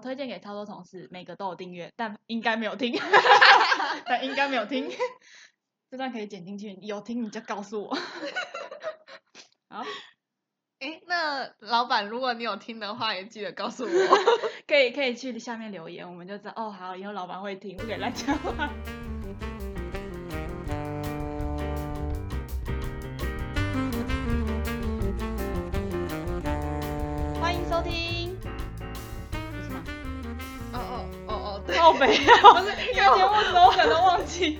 推荐给超多同事，每个都有订阅，但应该没有 听，但应该没有听。 这段可以剪进去，有听你就告诉我。好，诶，那老板，如果你有听的话，也记得告诉 我。 可以可以去下面留言，我们就知道哦。好，以后老板会听，不给乱讲话。 欢迎收听，不是吗？哦哦哦哦，对，靠北不啊！ 是，因因为为节我目 slogan 都忘记。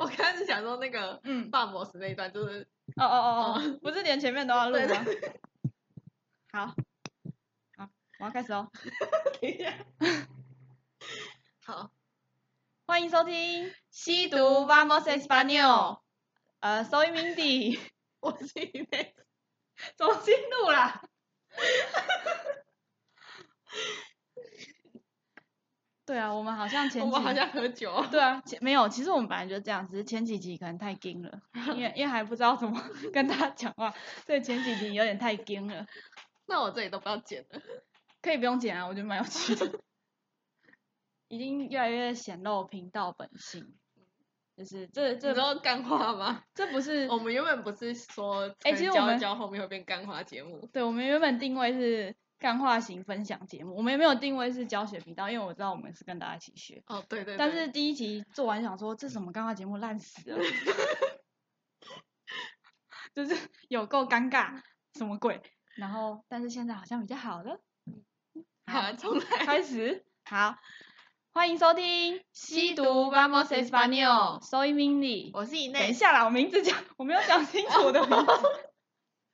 我刚始想说那个嗯，霸摩斯那一段，就是哦哦哦嗯哦，不是连前面都要录吗？好，好，我要开始哦。等一下。好，欢迎收听吸《读 Vamos Español》，呃，Soy Mindy， 我是一妹。 重新录啦。对啊，我们好像前我几们好像喝酒。对啊，前没有，其实我们本来就这样，只是前几集可能太硬了，因为因为还不知道怎么 跟大家讲话，所以前几集有点太硬了，那我这里都不要剪了。可以不用剪啊，我觉得蛮有趣的， 已经越来越显露频道本性，就是这你这知道干话吗？这不是我们原本不是说，诶其实我教们一教后面会变干话节目。对，我们原本定位是干化型分享节目，我们也没有定位是教学频道，因为我知道我们是跟大家一起学。哦，对对对。但是第一集做完想说，这什么干化节目烂 死了，就是有够尴尬，什么鬼？然后，但是现在好像比较好了，好，重来。开始，好，欢迎收听西读 Vamos Español Soy Mindy， 我是一等一内。下啦，我名字讲， 我没有讲清楚我的 名字。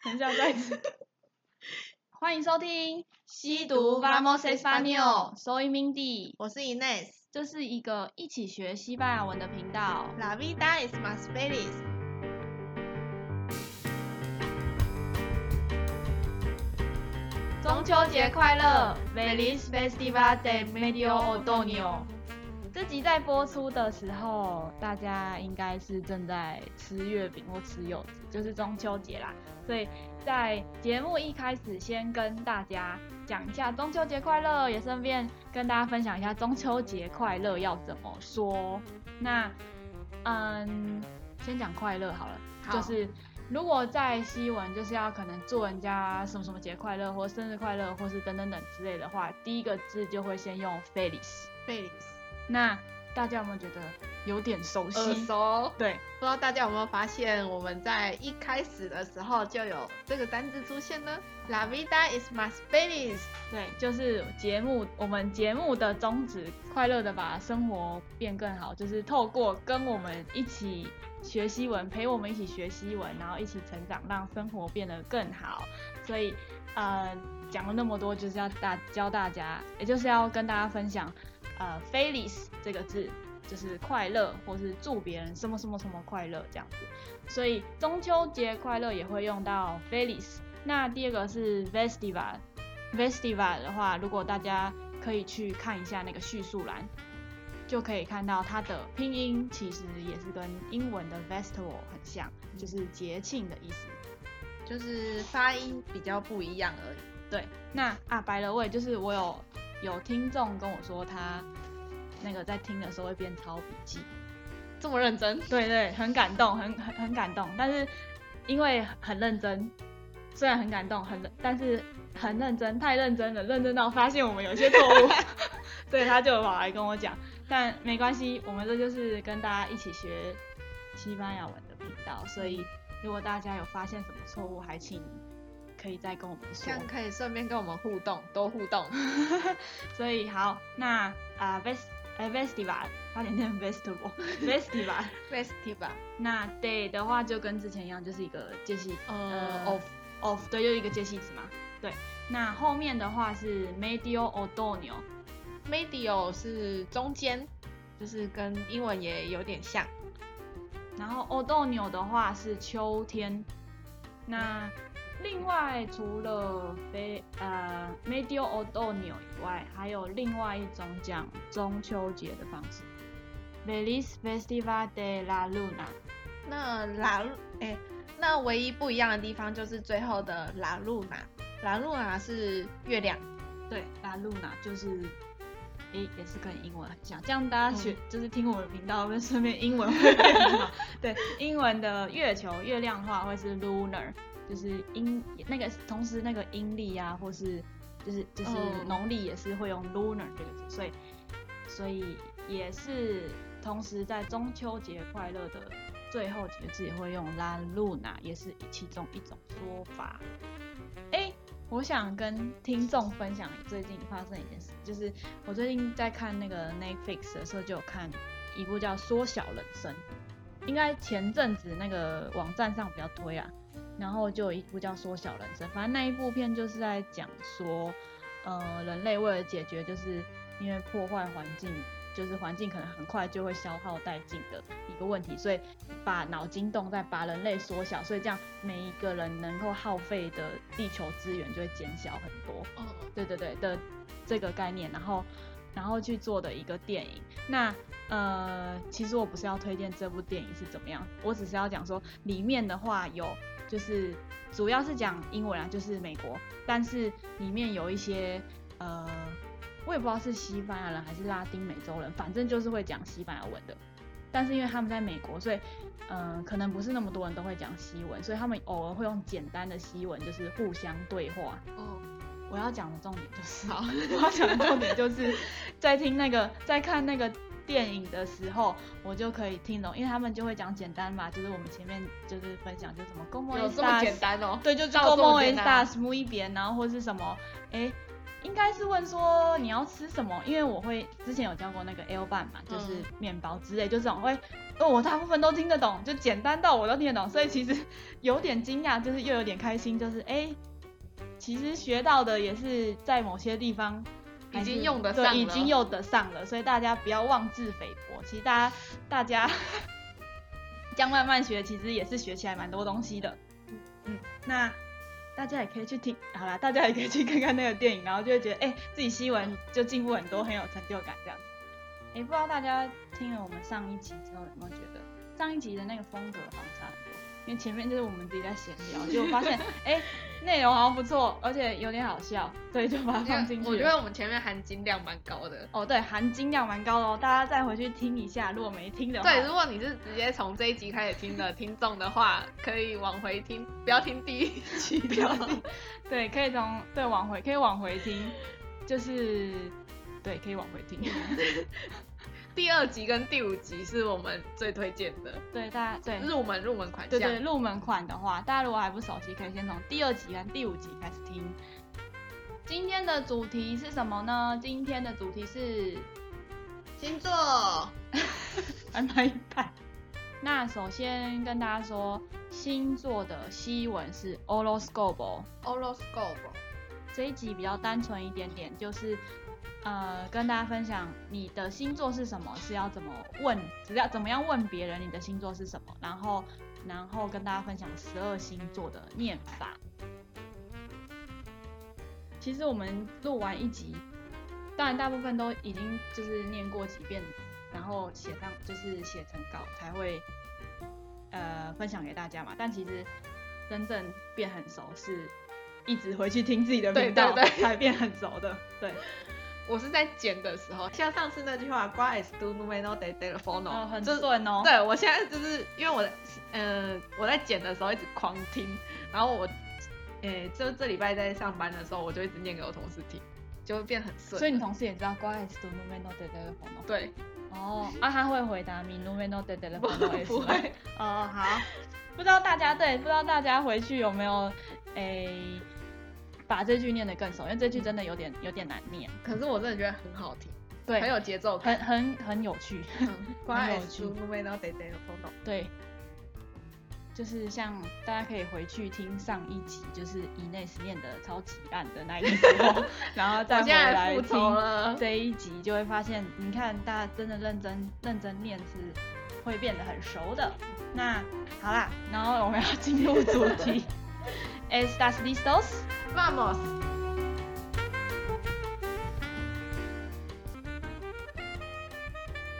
等一下再一次。欢迎收听《西读 Vamos Español Soy Mindy，我是 Ines。这是一个一起学西班牙文的频道。 La vida es más feliz。中秋节快乐，Feliz Festival de Medio Otoño。这集在播出的时候，大家应该是正在吃月饼或吃柚子，就是中秋节啦。所以在节目一开始，先跟大家讲一下中秋节快乐，也顺便跟大家分享一下中秋节快乐要怎么说。那，嗯，先讲快乐好了，好就是如果在西文，就是要可能祝人家什么什么节快乐，或生日快乐，或是等等等之类的话，第一个字就会先用 feliz。 Feliz。那大家有没有觉得有点熟悉？耳熟，对，不知道大家有没有发现，我们在一开始的时候就有这个单字出现呢？La vida is más feliz。对，就是节目，我们节目的宗旨，快乐的把生活变更好，就是透过跟我们一起学西文，陪我们一起学西文，然后一起成长，让生活变得更好。所以，呃，讲了那么多，就是要大教大家，也就是要跟大家分享，呃，feliz 这个字。就是快乐，或是祝别人什么什么什么快乐这样子，所以中秋节快乐也会用到 feliz。那第二个是 festival，Festival 的话，如果大家可以去看一下那个叙述栏，就可以看到它的拼音其实也是跟英文的 festival 很像，就是节庆的意思。就是发音比较不一样而已。对，那啊，白了味就是我有有听众跟我说他那个在听的时候会边抄笔记，这么认真？对对，很感动，很很很感动。但是因为很认真，虽然很感动，很但是很认真，太认真了，认真到发现我们有一些错误，所以他就跑来跟我讲。但没关系，我们这就是跟大家一起学西班牙文的频道，所以如果大家有发现什么错误，还请可以再跟我们这说。样可以顺便跟我们互动，多互动。 所以好，那啊、v e s 呃 festival，差点念 festival festival。 Festival，那 day 的话就跟之前一样，就是一个介系呃呃 of of 对，就是一个介系词嘛。对，那后面的话是 medio otoño， ，medio 是中间，就是跟英文也有点像。然后 otoño 的话是秋天。那另外除了非呃 medio otoño 以外，还有另外一种讲中秋节的方式，Feliz Festival de la Luna。那拉路，哎、那唯一不一样的地方就是最后的拉路娜，拉路娜是月亮，对，La Luna 就是，诶、也是跟英文很像。这样大家学、就是听我的频道，跟顺便英文会变很好。对，英文的月球月亮话会是 lunar，就是阴那个同时那个阴历啊，或是就是就是哦农历也是会用 lunar 这个字，所以所以也是同时在中秋节快乐的最后节日也会用 La Luna，也是其中一种说法。诶，我想跟听众分享最近发生一件事，就是我最近在看那个 Netflix 的时候，就有看一部叫《缩小人生》，应该前阵子那个网站上比较推啊，然后就有一部叫《缩小人生》，反正那一部片就是在讲说，呃，人类为了解决就是因为破坏环境，就是环境可能很快就会消耗殆尽的一个问题，所以把脑筋动再把人类缩小，所以这样每一个人能够耗费的地球资源就会减小很多。哦，对对对的这个概念，然后然后去做的一个电影。那呃，其实我不是要推荐这部电影是怎么样，我只是要讲说里面的话有就是主要是讲英文啊，就是美国，但是里面有一些呃，我也不知道是西班牙人还是拉丁美洲人，反正就是会讲西班牙文的。但是因为他们在美国，所以，嗯、可能不是那么多人都会讲西文，所以他们偶尔会用简单的西文，就是互相对话，哦，我要讲的重点就是，好 我要讲的重点就是，在听那个在看那个电影的时候，我就可以听懂，因为他们就会讲简单嘛，就是我们前面就是分享，就是什么 “como 有这么 estás”，简单哦？对，就是到这 “como 么简单 estás muy bien”，然后或是什么，哎，应该是问说你要吃什么，因为我会之前有教过那个 L 半嘛，就是嗯面包之类，就这种会。哦，我大部分都听得懂，就简单到我都听得懂，所以其实有点惊讶，就是又有点开心，就是哎、其实学到的也是在某些地方还是已经用得上了对，已经用得上了，所以大家不要妄自菲薄。其实大家大家 这样慢慢学，其实也是学起来蛮多东西的。嗯，那大家也可以去听，好啦，大家也可以去看看那个电影，然后就会觉得哎、自己西文就进步很多，很有成就感这样。哎、不知道大家听了我们上一集之后有没有觉得上一集的那个风格好像差很多？因为前面就是我们自己在闲聊，就发 现哎内、容好像不错，而且有点好笑，所以就把它放进去了。我觉得我们前面含金量蛮高的。哦对，含金量蛮高的哦，大家再回去听一下，如果没听的话，对，如果你是直接从这一集开始听的听众的话，可以往回听，不要听第一集不 要听， 对，可以从对往回可以往回听，就是对可以往回听。 第二集跟第五集是我们最推荐的对，大家对入门入门款对项。对，入门款的话，大家如果还不熟悉，可以先从第二集跟第五集开始听。今天的主题是什么呢？今天的主题是 星座，安排一半。那首先跟大家说，星座的西文是 horoscope。哦 horoscope，这一集比较单纯一点点，就是呃跟大家分享你的星座是什么，是要怎么问，只要怎么样问别人你的星座是什么，然后然后跟大家分享十二星座的念法。其实我们录完一集，当然大部分都已经就是念过几遍，然后写上就是写成稿才会呃分享给大家嘛。但其实真正变很熟是一直回去听自己的频道对对对才变很熟的。对，我是在剪的时候，像上次那句话 g u a s do numero de telefono，、哦，很就是顺哦。对我现在就是因为我，呃，我在剪的时候一直狂听，然后我，诶、就这礼拜在上班的时候，我就一直念给我同事听，就会变很顺。所以你同事也知道 “cuál es tu número de teléfono”。对哦，啊，他会回答 “mi número de 不 teléfono” 不会，哦， 好，不知道大家对，不知道大家回去有没有诶、把这句念得更熟，因为这句真的有点有点难念，可是我真的觉得很好听，对，很有节奏很感。嗯很很有趣， g u a s 很 do 有 numero de telefono，对。就是像大家可以回去听上一集，就是以内斯念的超级烂的那一集哦， 然后再我回现在来复听仇了。这一集就会发现，你看大家真的认真认真念是会变得很熟的。那好啦，然后我们要进入主题。Estas listos？ Vamos。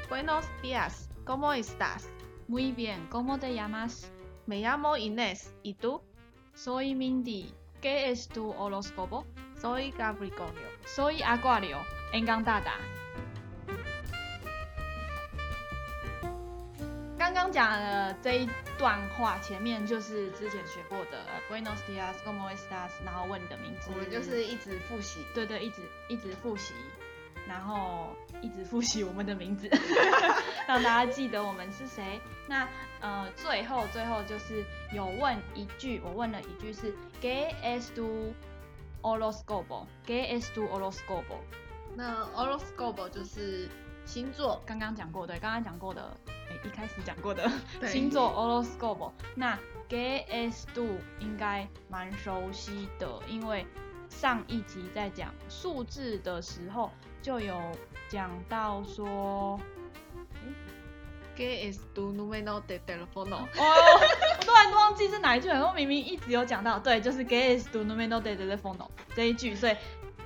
Buenos días, ¿cómo estás? Muy bien. ¿Cómo te llamas? Me llamo Inés, ¿y tú? Soy Mindy. ¿Qué es tu horóscopo? Soy Capricornio. 所以阿挂流，N 刚大大。刚刚讲的这一段话，前面就是之前学过的呃 Buenos dias, cómo estás，然后问你的名字，我们就是一直复习，对对，一直一直复习，然后一直复习我们的名字， 让大家记得我们是谁。那呃，最后最后就是有问一句，我问了一句是 “Qué es tu horóscopo？”，“Qué es tu horóscopo？” 那 horoscope 就是星座，刚刚讲过，对，刚刚讲过的，诶一开始讲过的对星座 horoscope。那 Gay S d o 应该蛮熟悉的，因为上一集在讲数字的时候就有讲到说，哦 que es tu número de teléfono。哦，我突然忘记是哪一句了，我明明一直有讲到，对，就是 Gay S d o numero de telefono 这一句，所以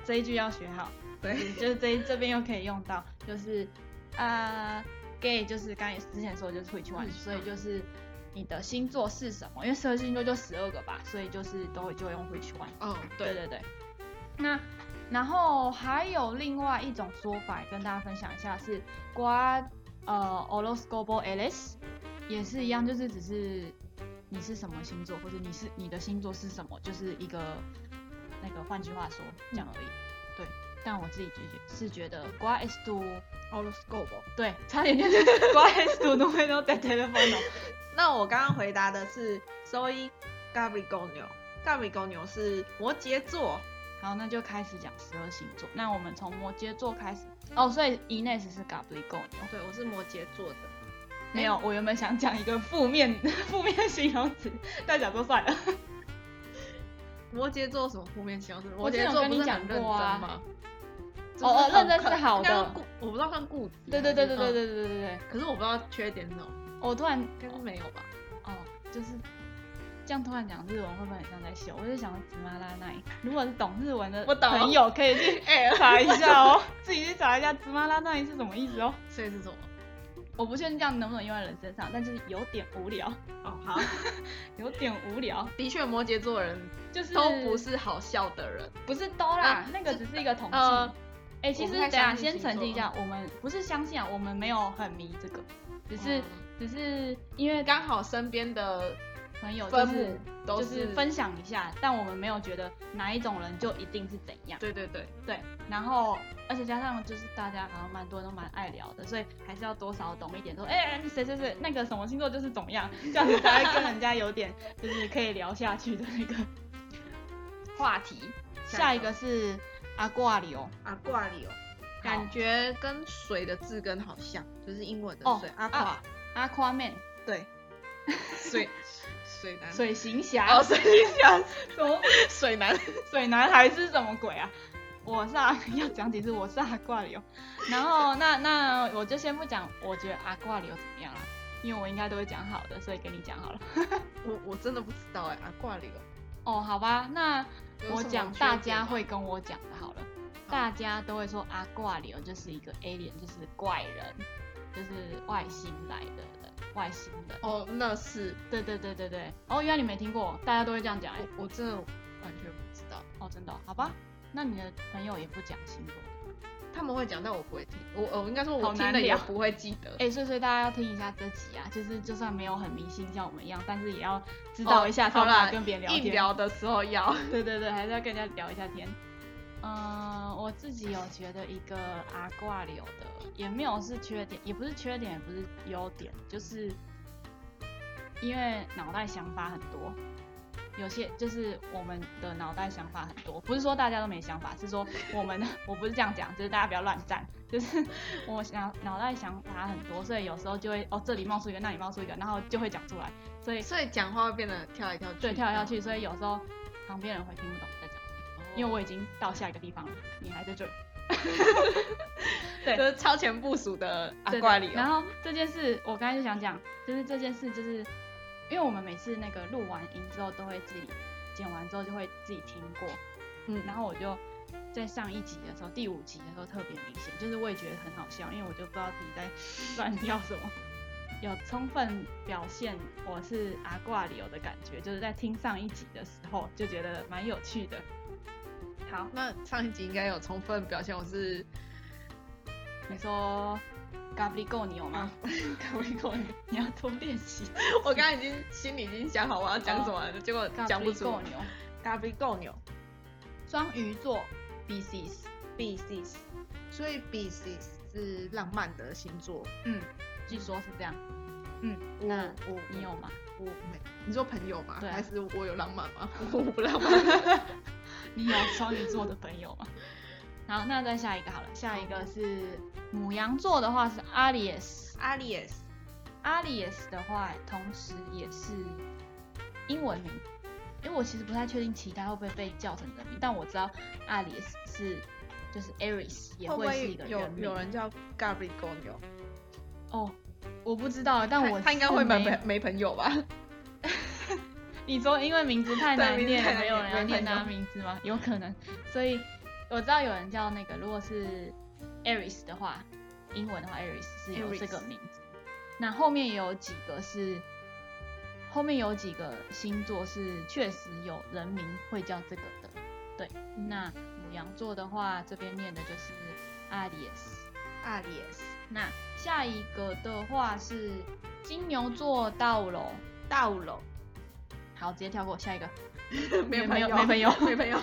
这一句要学好。对，就是这一这边又可以用到，就是呃，gay 就是刚才之前说的就是会去玩，嗯所以就是你的星座是什么？因为十二星座就十二个吧，所以就是都会就用会去玩。哦，对对，对对。那然后还有另外一种说法跟大家分享一下是瓜呃 horoscopo eles，也是一样，就是只是你是什么星座，或者你是你的星座是什么，就是一个那个换句话说这样而已。对，但我自己觉得是觉得瓜 es tu horoscopo，对， 差点就是瓜 es tu número de teléfono。那我刚刚回答的是 soy Capricornio，Capricornio 是摩羯座，好，那就开始讲十二星座。那我们从摩羯座开始哦，所以 Ines 是 Capricorn。对，我是摩羯座的。没有，我原本想讲一个负面 负面形容词，但想说算了。 摩羯座有什么负面形容词？我摩之前羯有座跟不你是讲很认真过啊哦吗？哦就是很认真是好的应该是固我不知道算固执。对对对对对对。对对对对，可是我不知道缺点是什么，我突然应该是没有吧？哦，就是这样突然讲日文会不会很像在秀？我就想紫妈拉奈，如果是懂日文的我懂朋友可以 去哎查一下哦，自己去查一下紫妈拉奈是什么意思哦。所以是什么？我不确定这样能不能用在人身上，但是有点无聊，哦，好，有点无聊，的确，摩羯座的人就是都不是好笑的人。不是都啦啊，那个是只是一个统计。呃哎、其实我不太等一下相信先星座澄清一下，我们不是相信啊，我们没有很迷这个，只是、嗯只是因为刚好身边的朋友就分是母都就是分享一下，但我们没有觉得哪一种人就一定是怎样。对对对，对，然后而且加上就是大家好像蛮多人都蛮爱聊的，所以还是要多少懂一点说，哎、哎谁谁谁那个什么星座就是怎么样，这样子才会跟人家有点就是可以聊下去的那 个话题。下下一一个个是阿挂里哦，阿挂里哦，感觉跟水的字根好像，就是英文哦的水阿挂啊，阿夸妹对，水 水男水行侠哦水男 什么水男，水男孩是什么鬼啊？我是阿要讲几次，我是阿挂流。然后那那我就先不讲，我觉得阿挂流怎么样啦，因为我应该都会讲好的，所以给你讲好了。 我我真的不知道哎，阿挂里哦，哦，好吧，那有什么我讲缺点大吗家会跟我讲的好了，大家都会说阿挂流就是一个 alien，就是怪人，就是外星来的人，外星人。哦那是对对对对对，哦，原来你没听过，大家都会这样讲哎、我我真的完全不知道，哦，真的哦、好吧，那你的朋友也不讲星座。他们会讲，但我不会听，我我应该说好我听难了也聊不会记 得，哎、所以所以大家要听一下这集啊，就是就算没有很迷信像我们一样，但是也要知道一下，哦好才啦能跟别人聊一天。聊的时候要 对对对，还是要跟人家聊一下天。嗯，我自己有觉得一个阿挂流的，也没有是缺点，也不是缺点，也不是优点，就是因为脑袋想法很多。有些就是我们的脑袋想法很多，不是说大家都没想法，是说 我们我不是这样讲，就是大家不要乱站，就是我想脑袋想法很多，所以有时候就会哦这里冒出一个，那里冒出一个，然后就会讲出来，所以 所以讲话会变得跳来跳去，对跳来跳去，所以有时候旁边人会听不懂在讲什么。哦，因为我已经到下一个地方了，你还在这里。对就是超前部署的阿对挂对里然哦，后这件事，我刚才就想讲，就是这件事，就是因为我们每次那个录完音之后，都会自己剪完之后就会自己听过。嗯然后我就在上一集的时候，第五集的时候特别明显，就是我也觉得很好笑，因为我就不知道自己在 乱跳什么。有充分表现我是阿挂里有的感觉，就是在听上一集的时候就觉得蛮有趣的。好，那上一集应该有充分表现我是你说 g a b r i g o 你有吗？ 我一口， 你要多练习。啊我刚刚已经心里已经想好我要讲什么了，结果 g a 讲 b r 不 i g 出 o。牛，咖啡够牛双鱼座 b c s b c s 所以 b c s 是浪漫的星座。嗯，据说是这样。嗯，那那我你有吗？我没？你说朋友吗？对啊还是我有浪漫吗？ 我不浪 漫。你有双鱼座的朋友 吗？好，那再下一个好了，下一个是母羊座的话是 Aries，Aries Alias 的话同时也是英文名，因为我其实不太确定其他会不会被叫成人名，但我知道 Aries 是就是 Aries 也会不是一会个有人名有人叫咖啡够牛？哦，我不知道，但他我他应该是会没没朋没朋友吧？你说因为名字太对难名字念太了，难没有人要念念没朋友他名字吗？有可能，所以我知道有人叫那个，如果是 Aries 的话，英文的话 Aries 是有 Aries 这个名字。那后面也有几个是，后面有几个星座是确实有人名会叫这个的。对，那母羊座的话，这边念的就是阿里 s 阿里斯那下一个的话是金牛座到了，到了。好，直接跳过下一个。没没朋有友，没朋友 没朋友。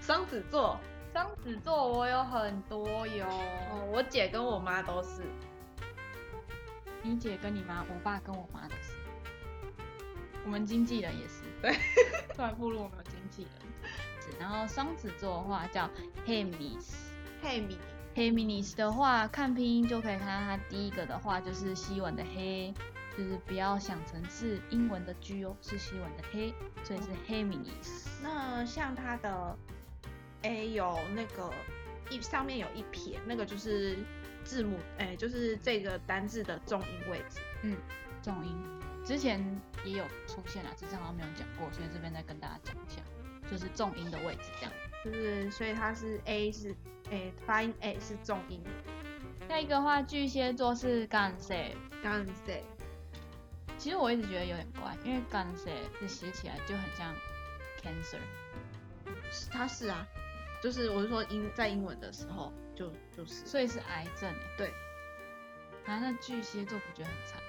双子座，双子座我有很多哟。哦，我姐跟我妈都是。你姐跟你妈，我爸跟我妈都是。我们经纪人也是。对。突然步入我们有经纪人。是然后双子座的话叫 Hemis。嘿米， Heminis 的话，看拼音就可以看到它第一个的话就是西文的黑，就是不要想成是英文的 G 哦，是西文的黑，所以是 Heminis。那像它的 A 有那个一上面有一撇，那个就是字母，哎、就是这个单字的重音位置。重音，之前也有出现啊啦，只是好像没有讲过，所以这边再跟大家讲一下，就是重音的位置这样。就是所以它是 A 是诶、发音 A 是重音，下一个话，巨蟹座是 g a n s 刚刚谁？其实我一直觉得有点怪，因为 g a n s 是写起来就很像 cancer，是它是啊，就是我是说英在英文的时候就就是，所以是癌症欸。对啊，那巨蟹座不觉得很惨？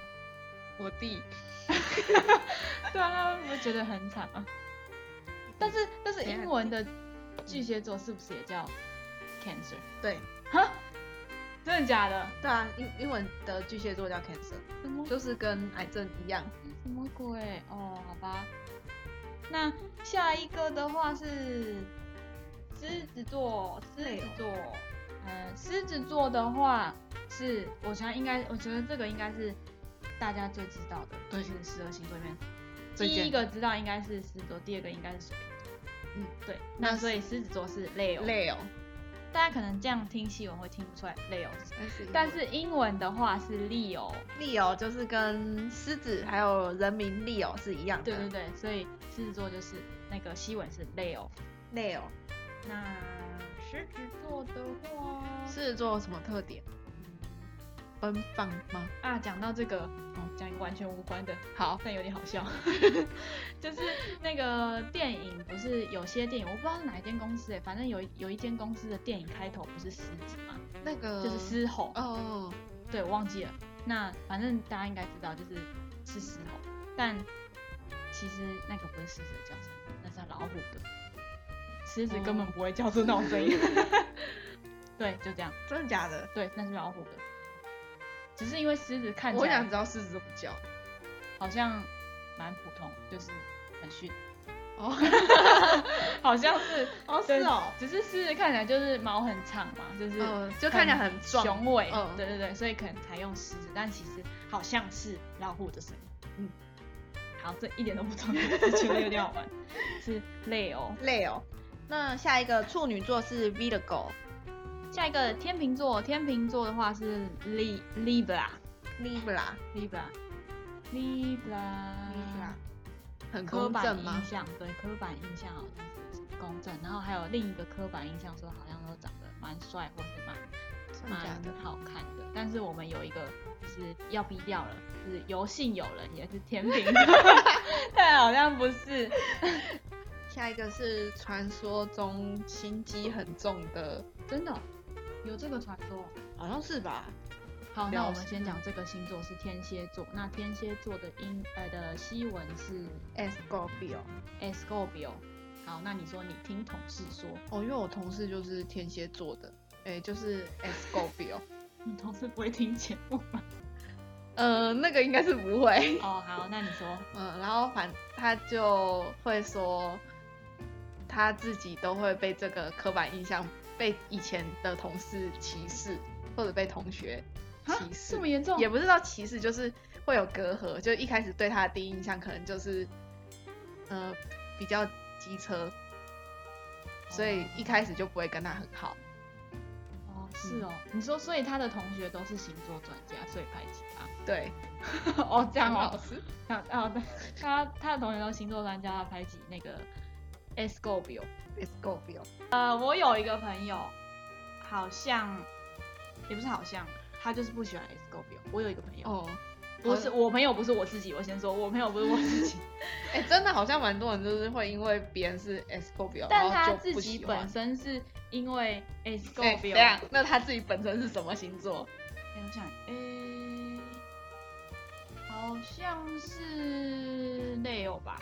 我弟 对啊，那不觉得很惨啊吗？但是但是等一下英文的巨蟹座是不是也叫 cancer？对哈，真的假的？对啊，英英文的巨蟹座叫 Cancer，什么就是跟癌症一样。什么鬼？哦，好吧。那下一个的话是狮子座，狮哎子呦座，嗯，狮子座的话是，我想应该，我觉得这个应该是大家最知道的，对就是十二星座里面，最第一简单个知道应该是狮子座，第二个应该是水瓶座。嗯，对。那那所以狮子座是 Leo， Leo，大家可能这样听西文会听不出来 Leo，是什么但但是是英文的话是 Leo。 Leo 就是跟狮子还有人民 Leo 是一样的。对对对，所以狮子座就是那个西文是 Leo。对，Leo 那狮子座的话狮子座有什么特点？奔放吗？啊，讲到这个，哦，讲一个完全无关的，好，但有点好笑， 就是那个电影不是有些电影，我不知道是哪一间公司哎，反正有有一间公司的电影开头不是狮子嘛，那个就是狮吼，嗯哦，对，我忘记了。那反正大家应该知道，就是是狮吼，但其实那个不是狮子的叫声，那是老虎的。狮子哦根本不会叫出那种声 音。对，就这样。真的假的？对，那是老虎的。只是因为狮子看起我想来知道狮子怎么叫。好像蛮普通，就是很逊， 哦，好像是 哦是哦，对只是狮子看起来就是毛很长嘛，就是嗯，就看起来很壮。雄伟，嗯对对对，所以可能才用狮子，但其实好像是老虎的声音。嗯，好，这一点都不重要，只是觉得有点好 玩。是 Leo， Leo。那下一个处女座是 Virgo。下一个天秤座，天秤座的话是 Li Libra Libra。 Libra Libra Libra。很刻公板正吗印？象，对，刻板印象好像是公正，然后还有另一个刻板印象说好像都长得蛮帅或是蛮真的假蛮的？好看的。但是我们有一个就是要逼掉了， 就是有幸有人也是天平座，但好像不是。下一个是传说中心机很重的，真的哦有这个传说。哦好像是吧？好，了那我们解先讲这个星座是天蝎座。那天蝎座的英呃的西文是 S c o p i o Escorpio。好，那你说你听同事说，哦，因为我同事就是天蝎座的，哎、就是 S c o p i o 你同事不会听节目吗？呃，那个应该是不会。 哦，好，那你说，嗯，然后反他就会说，他自己都会被这个刻板印象，被以前的同事歧视，或者被同学啊歧视这么，严重？也不是到歧视，就是会有隔阂。就一开始对他的第一印象可能就是，呃，比较机车，所以一开始就不会跟他很好。哦，是哦。你说，所以他的同学都是星座专家，所以排挤他。对， 哦，这样很哦老。师那啊，对，他他的同学都是星座专家，他排挤那个 Escorpio。 ，It's go Bill。呃，我有一个朋友，好像也不是好像，他就是不喜欢 Escorpio。我有一个朋友，哦，不是好我朋友，不是我自己。我先说，我朋友不是我自 己，哎、真的好像蛮多人就是会因为别人是 S go Bill，但然他后哦就自不己喜欢本身是因为 Escorpio 哎、等一下，那他自己本身是什么星座？哎我想，诶、好像是 Leo 吧？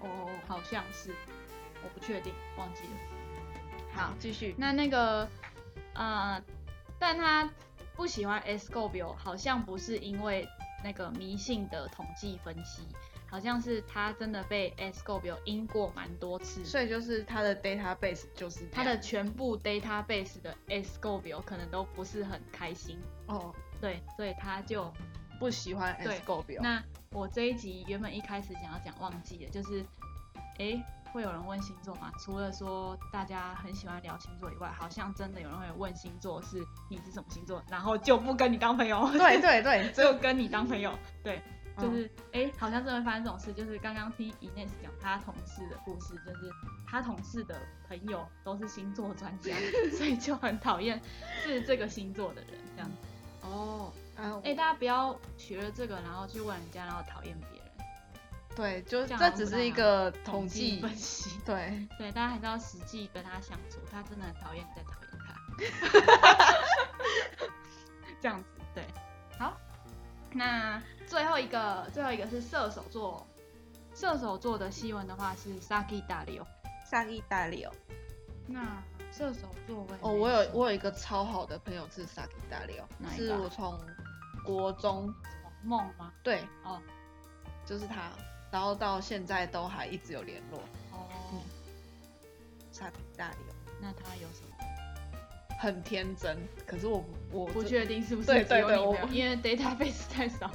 哦，好像是，我不确定，忘记了。好，继续。那那个，呃，但他不喜欢 Escobio，好像不是因为那个迷信的统计分析，好像是他真的被 Escobio 阴过蛮多次，所以就是他的 database 就是这他样的全部 database 的 Escobio 可能都不是很开心，哦对，所以他就不喜欢 S 对 go Bill。那我这一集原本一开始想要讲忘记的，就是，诶，会有人问星座吗？除了说大家很喜欢聊星座以外，好像真的有人会问星座是你是什么星座，然后就不跟你当朋友， 对，对对，就跟你当朋友，对，嗯就是诶，好像真的会发生这种事。就是刚刚听 Ines 讲她同事的故事，就是她同事的朋友都是星座专家， 所以就很讨厌是这个星座的人这样子。哦啊，哎、大家不要学了这个，然后去问人家，然后讨厌别人。对，就是这样这好像只不是一太好个统计，分析，对， 对，大家还是要实际跟他相处。他真的很讨厌你，在讨厌他。 这样子，对，好。那最后一个，最后一个是射手座。射手座的西文的话是 Saki Dario。上意大利哦。那射手座我也哦，没我有什么我有一个超好的朋友是上意大利哦，哪一是个啊我从国中梦吗？对哦，就是他，然后到现在都还一直有联络。哦，上意大利哦，那他有什么？很天真，可是我我不真确定是不是对只对有你对没我有，因为 database 太少。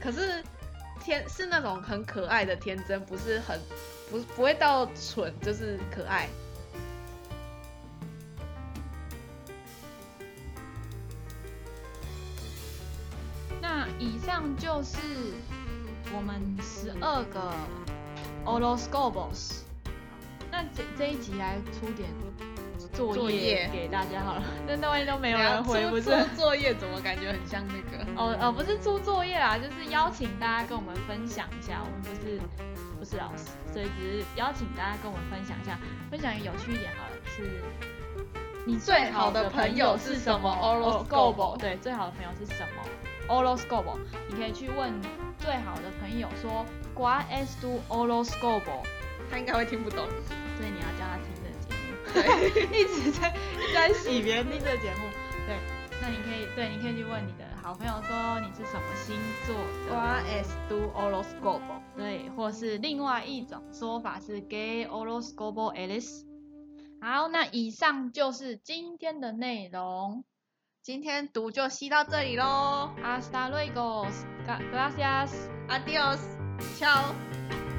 可是天是那种很可爱的天真，不是很不不会到蠢，就是可爱。那以上就是我们十二个 Oroscopos。那这这一集来出点作作业业给大家好了， 那那万一都没有然人后回，不是出？出作业怎么感觉很像那个？哦哦，不是出作业啦，就是邀请大家跟我们分享一下，我们不是不是老师，所以只是邀请大家跟我们分享一下，分享有趣一点好了，是你最好的朋友是什么 Oroscopo 对，最好的朋友是什么 Oroscopo？你可以去问最好的朋友说 ¿Cuál es tu Oroscopo？他应该会听不懂。所以你要叫他听这个节目，对， 一直在一直在洗别人听这个节目，对，那你可以对，你可以去问你的好朋友说你是什么星座的， What is do horoscope？对，或是另外一种说法是 gay horoscopo Alice。好，那以上就是今天的内容。今天读就吸到这里喽 Hasta luego, gracias。 ，Adios，ciao。